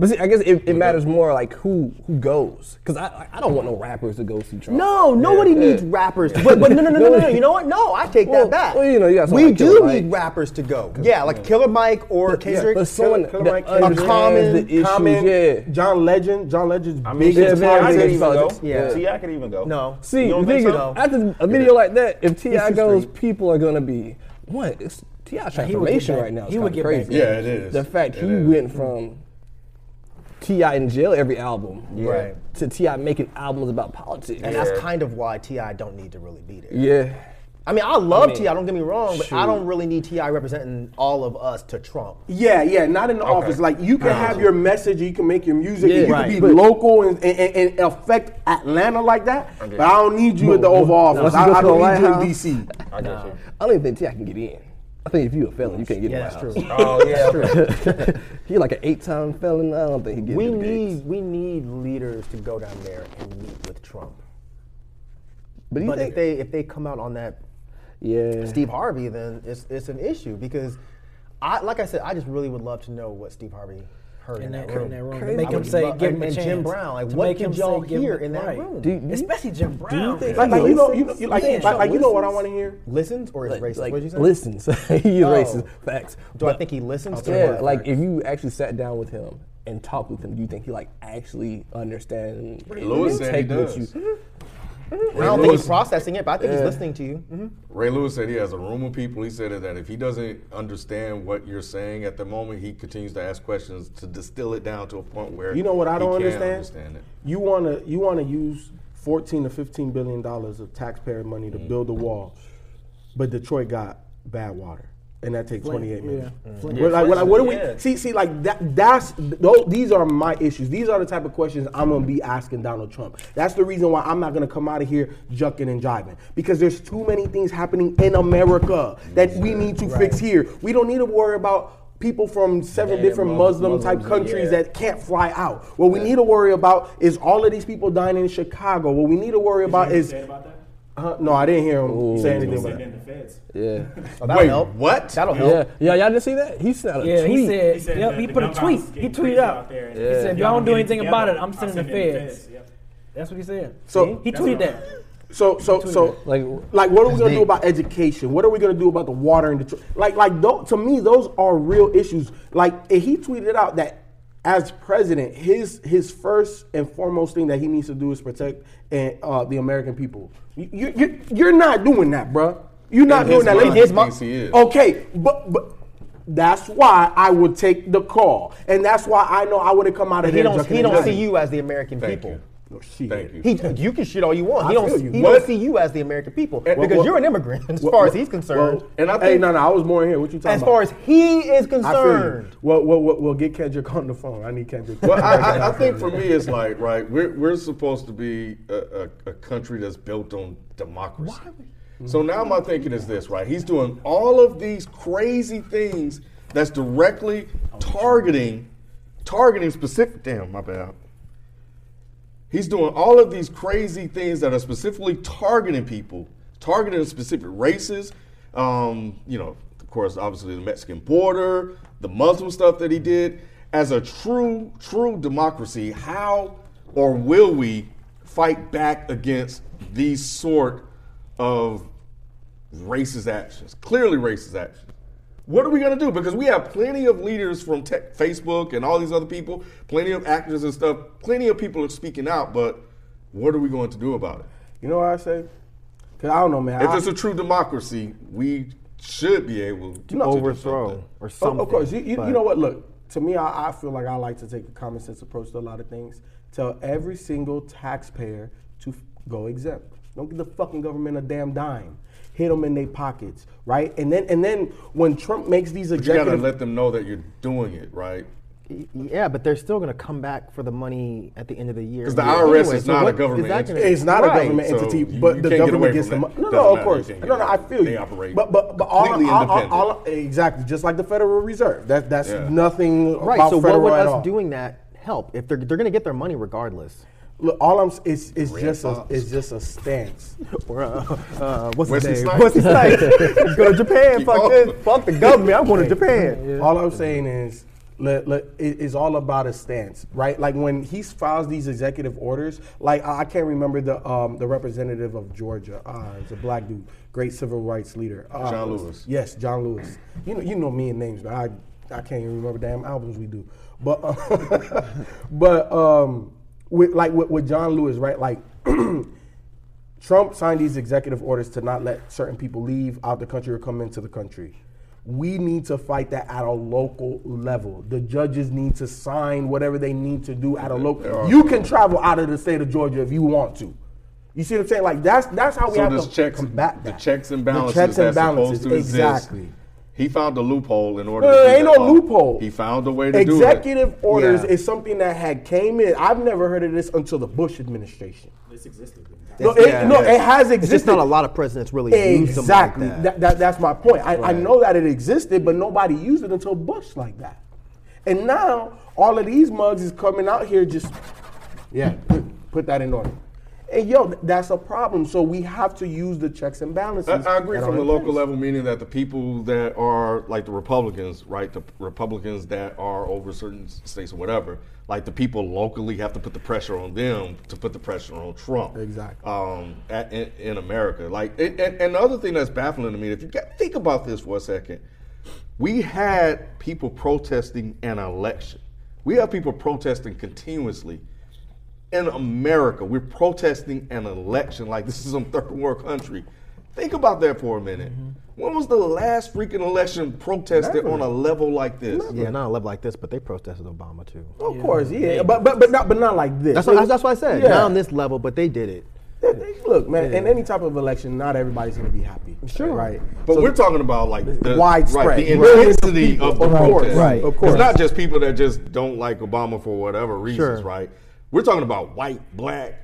But see, I guess it, it matters more like who who goes, because I I don't want no rappers to go see Trump.
No, nobody
Yeah.
needs rappers. But, but no, no, no, no, no, no. You know what? No, I take
Well,
that back.
well, you know, you got someone
we
like
do
Killer Mike.
need rappers to go. Yeah, like Killer Mike or
But- yeah,
Kendrick.
but someone
Killer-
that
Mike,
understands
a common.
the issues,
Common,
yeah.
John Legend. John Legend's
I mean,
big
yeah,
shit,
as
man,
T.I.
I
politics.
could
think
even
so.
go.
Yeah.
T.I. could even go.
No.
See,
You
the
don't
thing
think
is,
so?
after a video like that, if Ti
history.
goes, people are gonna be what? It's Ti
would get
transformation
back-
right now. is
he would
kinda
get
crazy.
back.
Yeah, it is.
The fact
It
he
is.
went from Ti in jail every album,
Right.
to Ti making albums about politics.
And that's kind of why Ti don't need to really be there.
yeah.
I mean, I love Ti. Don't get me wrong, but I don't really need Ti representing all of us to Trump.
Yeah, yeah, not in the office. Like you can have your message, you can make your music,
Yeah,
and you
right.
can be
But-
local and, and, and- and affect Atlanta like that. But I don't need you at the
But-
Oval
but
Office.
once you
I,
go
I
to the White
don't
House-
need you in DC.
I got you.
I don't even think Ti can get in. I think if you're a felon, you can't get in.
Yeah,
the
that's
White
true.
House.
Oh yeah.
You're like an eight-time felon. I don't think he gets.
We
them gigs.
need we need leaders to go down there and meet with Trump.
But, you
But
think
if they if they come out on that
Yeah.
Steve Harvey, then it's it's an issue because I like I said, I just really would love to know what Steve Harvey heard in
in
that,
that,
room.
in that room.
Crazy.
To make
I
him
would
say,
love-
give
and-
him a
and
chance.
Jim Brown, like,
To
what
make
did
him
y'all
say, give
hear
him-
in that
right.
room?
Do you-
Especially Jim Brown.
think-
man.
Like, like, you know, you know,
listens?
you like,
Yeah,
like, like, you know what I
listens.
want to hear?
Listens or is
Like,
racist?
like,
What'd you say?
listens. he is
Oh.
racist. Facts.
Do I think he listens to
Yeah,
him?
like if you actually sat down with him and talked with him, do you think he like actually understands?
Lewis said he does.
I don't think he's processing it, but I think he's listening to you.
Mm-hmm.
Ray Lewis said he has a room of people. He said that if he doesn't understand what you're saying at the moment, he continues to ask questions to distill it down to a point where
You know what I
he
don't
can
understand?
understand it.
You wanna you wanna use fourteen to fifteen billion dollars of taxpayer money to build a wall, but Detroit got bad water, and that takes twenty eight minutes.
Mm.
We're like, we're like, what do we
Yeah.
see? See, like that. That's tho- these are my issues. These are the type of questions I'm gonna be asking Donald Trump. That's the reason why I'm not gonna come out of here jucking and jiving because there's too many things happening in America that we need to fix here. We don't need to worry about. People from seven
Yeah,
different
Muslim-
Muslim type
Muslims,
countries
yeah.
that can't fly out. What we need to worry about is all of these people dying in Chicago. What we need to worry about is.
Say about that?
Uh, no, I didn't hear him say anything
Say
about
it
that.
in the feds.
Yeah.
Oh, that'll
Wait,
help.
what?
That'll help.
Yeah. Yeah. Y'all didn't see that? He sent out a
Yeah,
tweet.
he said,
He said
yep,
that
he
the
put a
gun
tweet.
violence is
He
getting
tweted
crazy
out.
out there, and
He
if
said, if
y'all
y'all
don't
don't do
get it
anything about it,
together,
I'm sending the
I'll send it to the
feds.
feds, yep.
That's what he said.
So,
He tweeted that.
so, so, so,
Like-
like, what are we gonna do about education? What are we gonna do about the water in Detroit? Like, like, tho- to me, those are real issues. Like, and he tweeted out that as president, his his first and foremost thing that he needs to do is protect and, uh, the American people. You, you, you- you're not doing that, bruh. You're not
In
doing
his
that.
mind,
Let me-
he thinks he is.
Okay, but but that's why I would take the call, and that's why I know I would have come out of
He
there.
don't,
drunken
he
and
don't see
driving.
you as the American
Thank
people.
you.
No, shit.
Thank you.
He, you can shit all you want.
I
He
feel
don't,
you.
he
What? Eh,
don't see you as the American people because
well,
you're an immigrant as
Well,
far as
well,
he's concerned.
well,
And I
hey,
think-
no, no, I was more in here. What you talking
as
about?
far as he is
I feel you.
concerned.
Well, well, well, well, get Kendrick on the phone. I need Kendrick.
Well, I, I, I think for me, it's like right. We're we're supposed to be a, a, a country that's built on democracy. So now my thinking is this, right? He's doing all of these crazy things that's directly targeting, targeting specific. Damn, my bad. He's doing all of these crazy things that are specifically targeting people, targeting specific races. Um, you know, of course, obviously the Mexican border, the Muslim stuff that he did. As a true, true democracy, how or will we fight back against these sort of racist actions? Clearly racist actions. What are we going to do? Because we have plenty of leaders from tech, Facebook and all these other people, plenty of actors and stuff, plenty of people are speaking out, but what are we going to do about it?
you know what I say? Cause I don't know, man.
If
I-
it's a true democracy, we should be able to do
overthrow
something.
or
Of-
something.
Of course, you, you, you know what? Look, to me, I, I feel like I like to take a common sense approach to a lot of things. Tell every single taxpayer to f- go exempt. Don't give the fucking government a damn dime. Hit them in their pockets, right? And then, and then when Trump makes these
But you got to
executive,
let them know that you're doing it, right?
Yeah, but they're still going to come back for the money at the end of the year.
'Cause the IRS is not a government entity.
it's not
Right.
a government
So
entity,
you-
but
you
the
can't get
government
away
gets the
from
money.
that.
No,
Doesn't
no, of
matter.
course,
You can't
no,
get
no. I
away.
feel you.
They operate
but but but all,
completely
all- all-
independent.
all- exactly, just like the Federal Reserve. That that's
Yeah.
nothing
Right.
about
So what
federal
would
at
us
all.
doing that help? If they're they're going to get their money regardless.
Look, all I'm s- it's it's just a, it's just a stance.
Or uh, uh, what's
Wesley
his name?
Snipes.
What's his name? Go to Japan.
Keep
Fuck
up.
this. Fuck the government. I'm going to Japan. Oh,
All I'm saying is, let, let, it- it's all about a stance, right? Like when he files these executive orders, like I I can't remember the um, the representative of Georgia. Uh, it's a black dude, great civil rights leader. Uh,
John Lewis.
Yes, John Lewis. You know, you know me and names, but I I can't even remember damn albums we do. But uh, but um, with like with, with John Lewis, right? Like Trump signed these executive orders to not let certain people leave out the country or come into the country. We need to fight that at a local level. The judges need to sign whatever they need to do at a local. You can travel out of the state of Georgia if you want to. You see what I'm saying? Like that's that's how we
So
have
there's
to
checks,
combat
the
that.
checks and balances
The checks and
that's
balances,
supposed to exist.
exactly.
He found a loophole in order.
No,
to do
there ain't
that
no
law.
loophole.
He found a way to do it.
Executive orders
Yeah.
is something that had came in. I've never heard of this until the Bush administration.
This existed.
No, it,
Yeah.
no, it has existed.
It's just not a lot of presidents really use them like
Exactly.
that.
That- that- that's my point. I, I know that it existed, but nobody used it until Bush like that. And now all of these mugs is coming out here just, yeah, put, put that in order. And yo, th- that's a problem. So we have to use the checks and balances.
I, I agree
that
from
are
the
in
local
place.
level, meaning that the people that are like the Republicans, right? The Republicans that are over certain s- states or whatever, like the people locally have to put the pressure on them to put the pressure on Trump.
Exactly.
Um, at, in, in America, like, and, and, and the other thing that's baffling to me, if you got, think about this for a second, we had people protesting an election. We have people protesting continuously. In America, we're protesting an election like this is some third world country. Think about that for a minute. When was the last freaking election protested on a level like this?
Yeah, not a level like this, but they protested Obama too.
Of course, yeah, but but but not but not like this.
That's what, that's what I said.
Yeah.
Not on this level, but they did it.
Yeah, they- Look, man, in any type of election, not everybody's gonna be happy. Sure, right?
But we're talking about like the
Widespread.
right, the
Millions of
intensity
people.
of the
Of course,
protest.
right, of course.
It's not just people that just don't like Obama for whatever reasons,
Sure.
right? We're talking about white, black,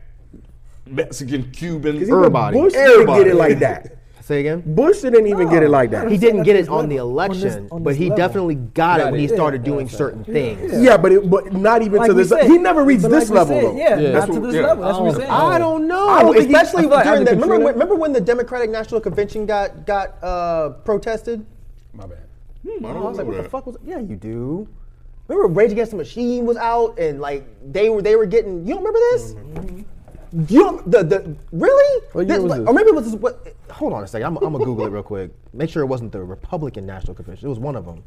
Mexican, Cuban,
Even
everybody.
Bush
everybody.
didn't get it like that.
Say again.
Bush didn't even get it like that.
He
Yeah,
didn't get it
level.
on the
On this-
election,
on
but
this
he
level.
definitely got it when he
it.
started doing certain things.
but it, but not even
Like
to
we
this.
said-
he never reached
but
this
like we
level
said,
though.
Yeah, not
what-
to this
yeah.
level. That's what we're saying.
I don't know.
I don't think he-
Especially
I feel like
during
under
that. Remember,
Katrina-
when- remember when the Democratic National Convention got got uh, protested?
My bad.
I
I
don't
was like, what
know
the
that.
fuck was? Yeah, you do. Remember Rage Against the Machine was out and like they were they were getting. You don't remember this? You don't, the the really?
Mm-hmm. What year
This-
was
like-
this?
Or maybe it was this- what? Hold on a second. I'm, I'm gonna Google it real quick. Make sure it wasn't the Republican National Convention. It was one of them.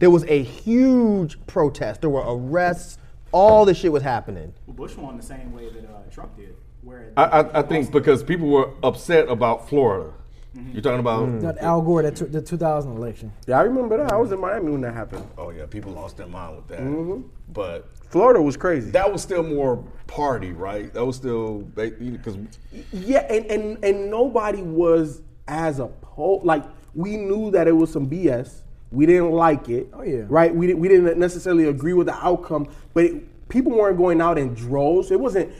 There was a huge protest. There were arrests. All this shit was happening.
Bush won the same way that uh, Trump did. Where
I, I, I think because people were upset about Florida. You're talking about.
Not Al Gore, that took the 2000 election.
Yeah, I remember that. I was in Miami when that happened.
Oh yeah, people lost their mind with that. But
Florida was crazy.
that was still more party, right? That was still they because
Yeah, and, and and nobody was as opposed. Like we knew that it was some BS. We didn't like it. Oh
yeah.
Right. We didn't. We didn't necessarily agree with the outcome, but. It, People weren't going out in droves. It wasn't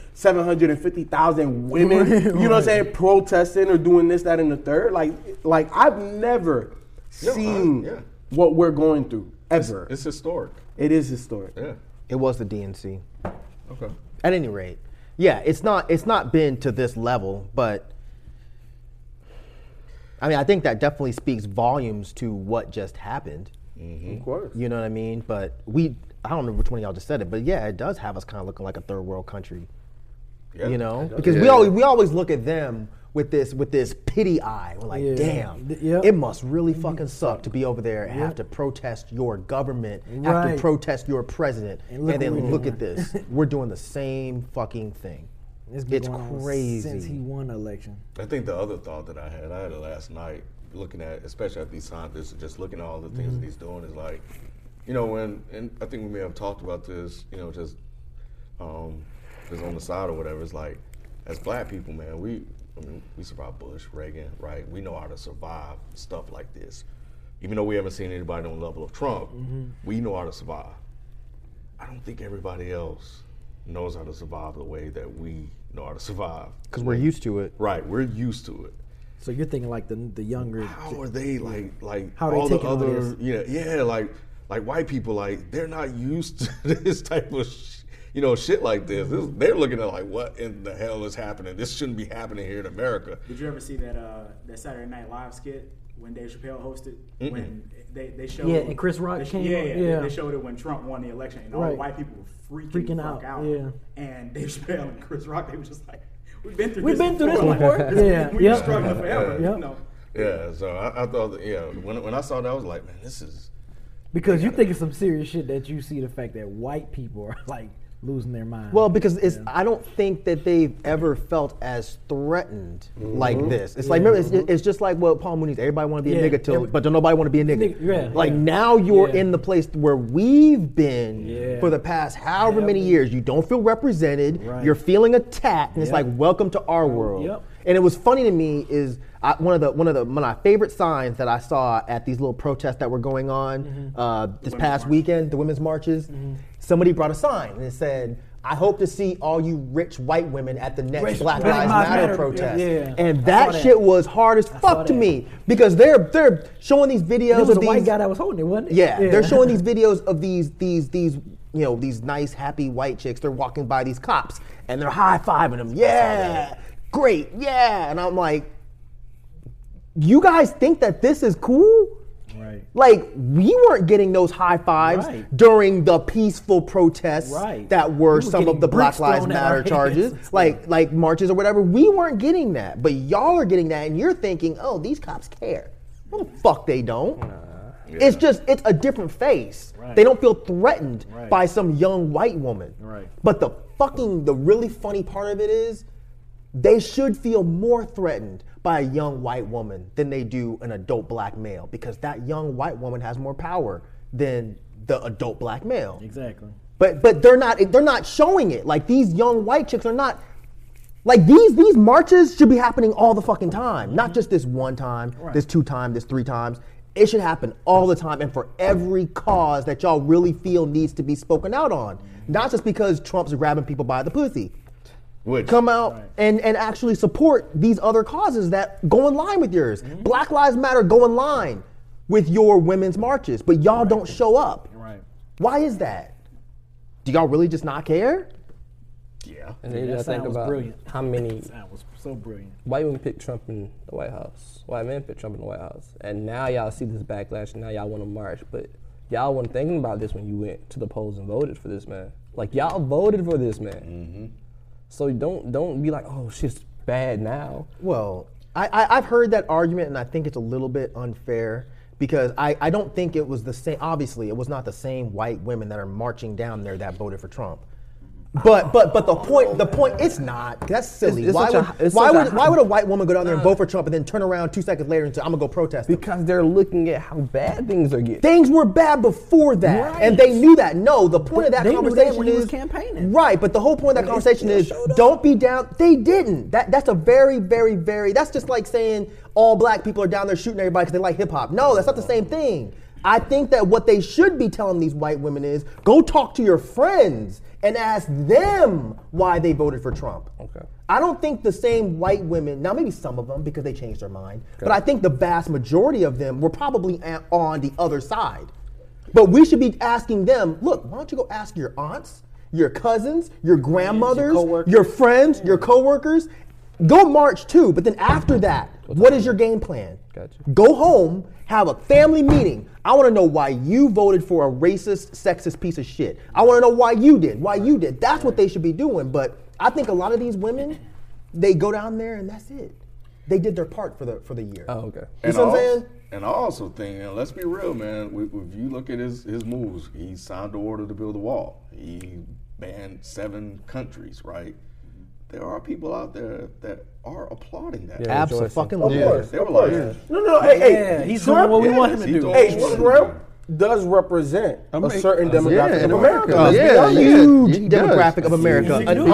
750,000 women, you know what I'm saying, protesting or doing this, that, and the third. Like, like I've never
Yeah,
seen
yeah.
what we're going through ever.
it's historic.
It is historic.
Yeah.
It was the DNC.
Okay.
At any rate, yeah, it's not it's not been to this level, but I mean, I think that definitely speaks volumes to what just happened.
Of course.
You know what I mean? But we, I don't know which one of y'all just said it, but yeah, it does have us kind of looking like a third world country.
Yeah.
You know, because we always we always look at them with this with this pity eye. We're like,
Yeah.
damn,
D- yep.
it must really fucking suck to be over there and have to protest your government, have
Right.
to protest your president,
And
and,
look what
then
we're
look
doing.
at this. We're doing the same fucking thing.
been
It's
going on Since he
crazy.
won the election.
I think the other thought that I had, I had it last night, looking at, especially at these scientists, just looking at all the
Mm-hmm.
things that he's doing is like, you know, when, and I think we may have talked about this, you know, just, um, just on the side or whatever. It's like, as black people, man, we, I mean, we survived Bush, Reagan, right? We know how to survive stuff like this. Even though we haven't seen anybody on the level of Trump,
Mm-hmm.
we know how to survive. I don't think everybody else knows how to survive the way that we know how to survive.
Because we're used to it.
Right, we're used to it.
So you're thinking like the the younger.
How are they like like
How they
all the
taking all
other
this?
yeah yeah like like white people like they're not used to this type of sh- you know shit like this. this they're looking at like what in the hell is happening? This shouldn't be happening here in America.
Did you ever see that uh, that Saturday Night Live skit when Dave Chappelle hosted? When they, they showed
Yeah, and Chris Rock
they,
came
yeah,
on,
yeah, they-
yeah.
they showed it when Trump won the election and all the
Right.
white people were freaking, the
Freaking
fuck
out,
out.
yeah.
And Dave Chappelle and Chris Rock, they were just like, "We've been through
We've
this
been through this before.
We've
Yeah,
been
yep.
struggling forever."
Yep.
You know,
Yeah, so I, I thought that, yeah when when I saw that I was like man this is
Because you think it's some serious shit that you see the fact that white people are like losing their mind.
Well, because it's I don't think that they've ever felt as threatened like this. It's like remember, it's, it's just like what Paul Mooney's. Everybody want to be
Mm-hmm. Yeah,
a nigga till,
every-
but don't nobody want to be a nigga.
Nigga, yeah,
like
yeah.
now you're
Yeah.
in the place where we've been
Yeah.
for the past however many years. You don't feel represented.
Right.
You're feeling attacked, and it's
Yep.
like welcome to our world.
Yep.
And it was funny to me is I, one of the one of the one of my favorite signs that I saw at these little protests that were going on
Mm-hmm.
uh, this past weekend, the women's marches. Somebody brought a sign and it said, "I hope to see all you rich white women at the next
Rich
Black
Black
Lives
Lives
Matter,
Matter,
protest."
yeah. I
And
saw
that
that.
shit was hard as
saw
fuck to
that.
me because they're they're showing these videos
it was
of
a
these
white guy that was holding it, wasn't it?
yeah, they're showing these videos of these these these you know these nice happy white chicks. They're walking by these cops and they're high fiving them. Yeah, great. Yeah, and I'm like, you guys think that this is cool?
Right.
Like we weren't getting those high fives
Right.
during the peaceful protests
Right.
that
We
were,
were
some
getting
of the Black
bricks
Lives
thrown at our
Matter
heads.
charges, like like marches or whatever. We weren't getting that, but y'all are getting that, and you're thinking, oh, these cops care. No, the fuck, they don't. It's just it's a different face. They don't feel threatened
Right.
by some young white woman.
Right.
But the fucking the really funny part of it is they should feel more threatened by a young white woman than they do an adult black male because that young white woman has more power than the adult black male.
Exactly.
But but they're not they're not showing it. Like these young white chicks are not like these these marches should be happening all the fucking time, not just this one time, this two time, this three times. It should happen all the time and for every cause that y'all really feel needs to be spoken out on. Not just because Trump's grabbing people by the pussy.
which
Come out and, and actually support these other causes that go in line with yours.
Mm-hmm.
Black Lives Matter go in line with your women's marches, but y'all all don't show up.
Right.
Why is that? Do y'all really just not care?
yeah
And then you
that
gotta think
sound was
about
brilliant.
how many
That was so brilliant.
white women picked Trump in the White House. White men picked Trump in the White House. And now y'all see this backlash and now y'all want to march. But y'all weren't thinking about this when you went to the polls and voted for this man. Like y'all voted for this man.
Mm-hmm.
So don't don't be like, oh shit's bad now.
Well, I, I, I've heard that argument, and I think it's a little bit unfair because I, I don't think it was the same. Obviously, it was not the same white women that are marching down there that voted for Trump. But but but the point the point it's not that's silly.
it's
why
such a
would,
hi- it's
why
such a
would
hi-
why would a white woman go down there and vote for Trump and then turn around two seconds later and say I'm gonna go protest? him?"
Because they're looking at how bad things are getting.
Things were bad before that,
Right.
and they knew that. No, the point of that
they knew that
conversation
when he
is
was campaigning.
Right, but the whole point of that conversation is don't be down. They didn't. That that's a very, very, very. That's just like saying all black people are down there shooting everybody because they like hip hop. No, that's not the same thing. I think that what they should be telling these white women is go talk to your friends and ask them why they voted for Trump.
Okay.
I don't think the same white women, now maybe some of them because they changed their mind, but I think the vast majority of them were probably a- on the other side. But we should be asking them, look, why don't you go ask your aunts, your cousins, your grandmothers, your,
coworkers.
friends, your coworkers? Go march too, but then after that, what is your game plan?
Gotcha.
Go home, have a family meeting. I want to know why you voted for a racist, sexist piece of shit. I want to know why you did, why you did. That's what they should be doing. But I think a lot of these women, they go down there and that's it. They did their part for the for the year.
Oh, okay.
You see what I'm
I als-
saying?
And I also think, and let's be real, man. we- If you look at his his moves, he signed the order to build a wall. He banned seven countries, right? There are people out there that are applauding that.
Absolutely.
They were like,
No, no, hey, hey.
Yeah, he's doing what we want him to
he
do.
doing
Hey,
what he
Shrimp
wanted
does represent a certain demographic
yeah, in
of
America.
America.
Let's be
yeah,
honest.
huge
He does.
demographic of America, an
He does.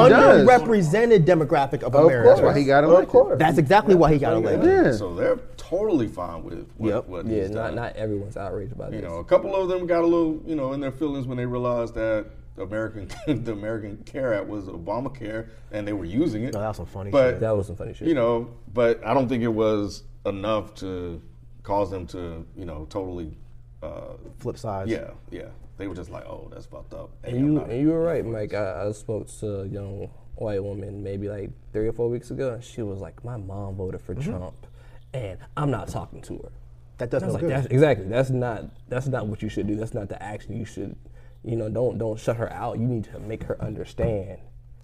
underrepresented demographic of,
Of
America.
course, why he got elected.
Of course.
That's exactly why he got elected.
Yeah.
So they're totally fine with what,
Yep.
what
Yeah,
he's
not
done.
not everyone's outraged by
You
this.
know, a couple of them got a little, you know, in their feelings when they realized that American the American Care Act was Obamacare and they were using it.
that was Oh, some funny
but,
shit.
that was some funny shit.
You know, but I don't think it was enough to cause them to, you know, totally. Uh,
Flip sides.
yeah, yeah. They were just like, oh, that's fucked up. Hey,
And
I'm
you
not-
and you were right, Mike. I, I spoke to a young white woman maybe like three or four weeks ago, and she was like, "My mom voted for
Mm-hmm.
Trump, and I'm not talking to her."
That does
And I was
no
like,
good.
that's, exactly. That's not that's not what you should do. That's not the action you should. You know, don't don't shut her out. You need to make her understand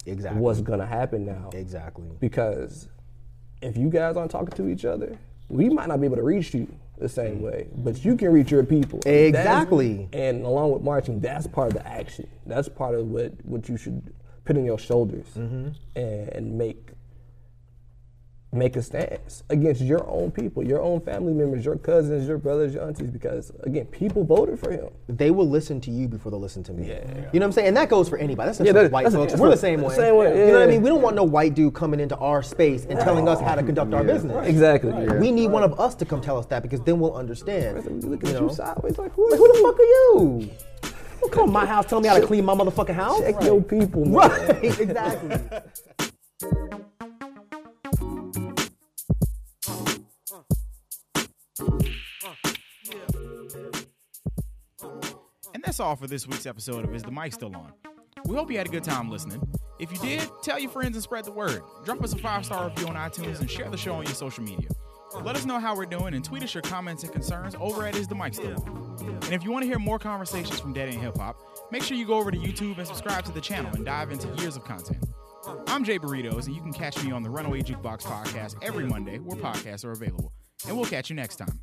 Exactly.
what's gonna happen now.
Exactly.
Because if you guys aren't talking to each other, we might not be able to reach you the
Mm.
same way, but you can reach your people. That's-
Exactly.
and along with marching, that's part of the action. That's part of what what you should put on your shoulders
Mm-hmm.
and make make a stance against your own people, your own family members, your cousins, your brothers, your aunties. Because again, people voted for him.
They will listen to you before they'll listen to me. You know what I'm saying? And that goes for anybody. That's not
Yeah,
just
that-
white
that's-
folks.
that's
We're the
what-
same way.
that's the same way,
You know what I
yeah.
mean? We don't want no white dude coming into our space and telling us how to conduct our business.
Exactly.
We need one of us to come tell us that because then we'll understand.
We
You
look at
know?
you sideways like who,
Like, who the fuck are you? Don't come to my house telling me how to clean my motherfucking house.
Check your people, man.
Right, exactly.
And that's all for this week's episode of Is the Mic Still On? We hope you had a good time listening. If you did, tell your friends and spread the word. Drop us a five star review on iTunes and share the show on your social media. Let us know how we're doing and tweet us your comments and concerns over at Is the Mic Still On? And if you want to hear more conversations from Dead End Hip Hop, make sure you go over to YouTube and subscribe to the channel and dive into years of content. I'm Jay Burritos, and you can catch me on the Runaway Jukebox podcast every Monday where podcasts are available. And we'll catch you next time.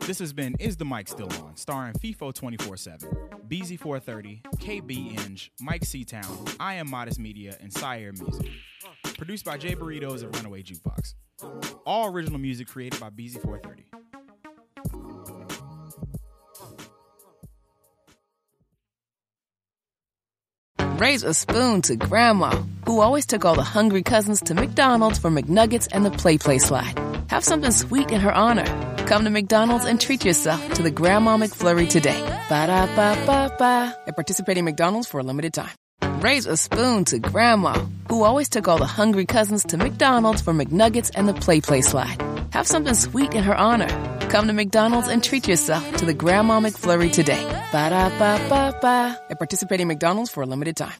This has been Is the Mic Still On? starring FIFO 24 7, BZ430, KB Inge, Mike C Town, I Am Modest Media, and Sire Music. Produced by Jay Burritos at Runaway Jukebox. All original music created by BZ430.
Raise a spoon to Grandma, who always took all the hungry cousins to McDonald's for McNuggets and the Play Play Slide. Have something sweet in her honor. Come to McDonald's and treat yourself to the Grandma McFlurry today. Ba-da-ba-ba-ba. At participating McDonald's for a limited time. Raise a spoon to Grandma, who always took all the hungry cousins to McDonald's for McNuggets and the Play Play Slide. Have something sweet in her honor. Come to McDonald's and treat yourself to the Grandma McFlurry today. Ba-da-ba-ba-ba. At participating McDonald's for a limited time.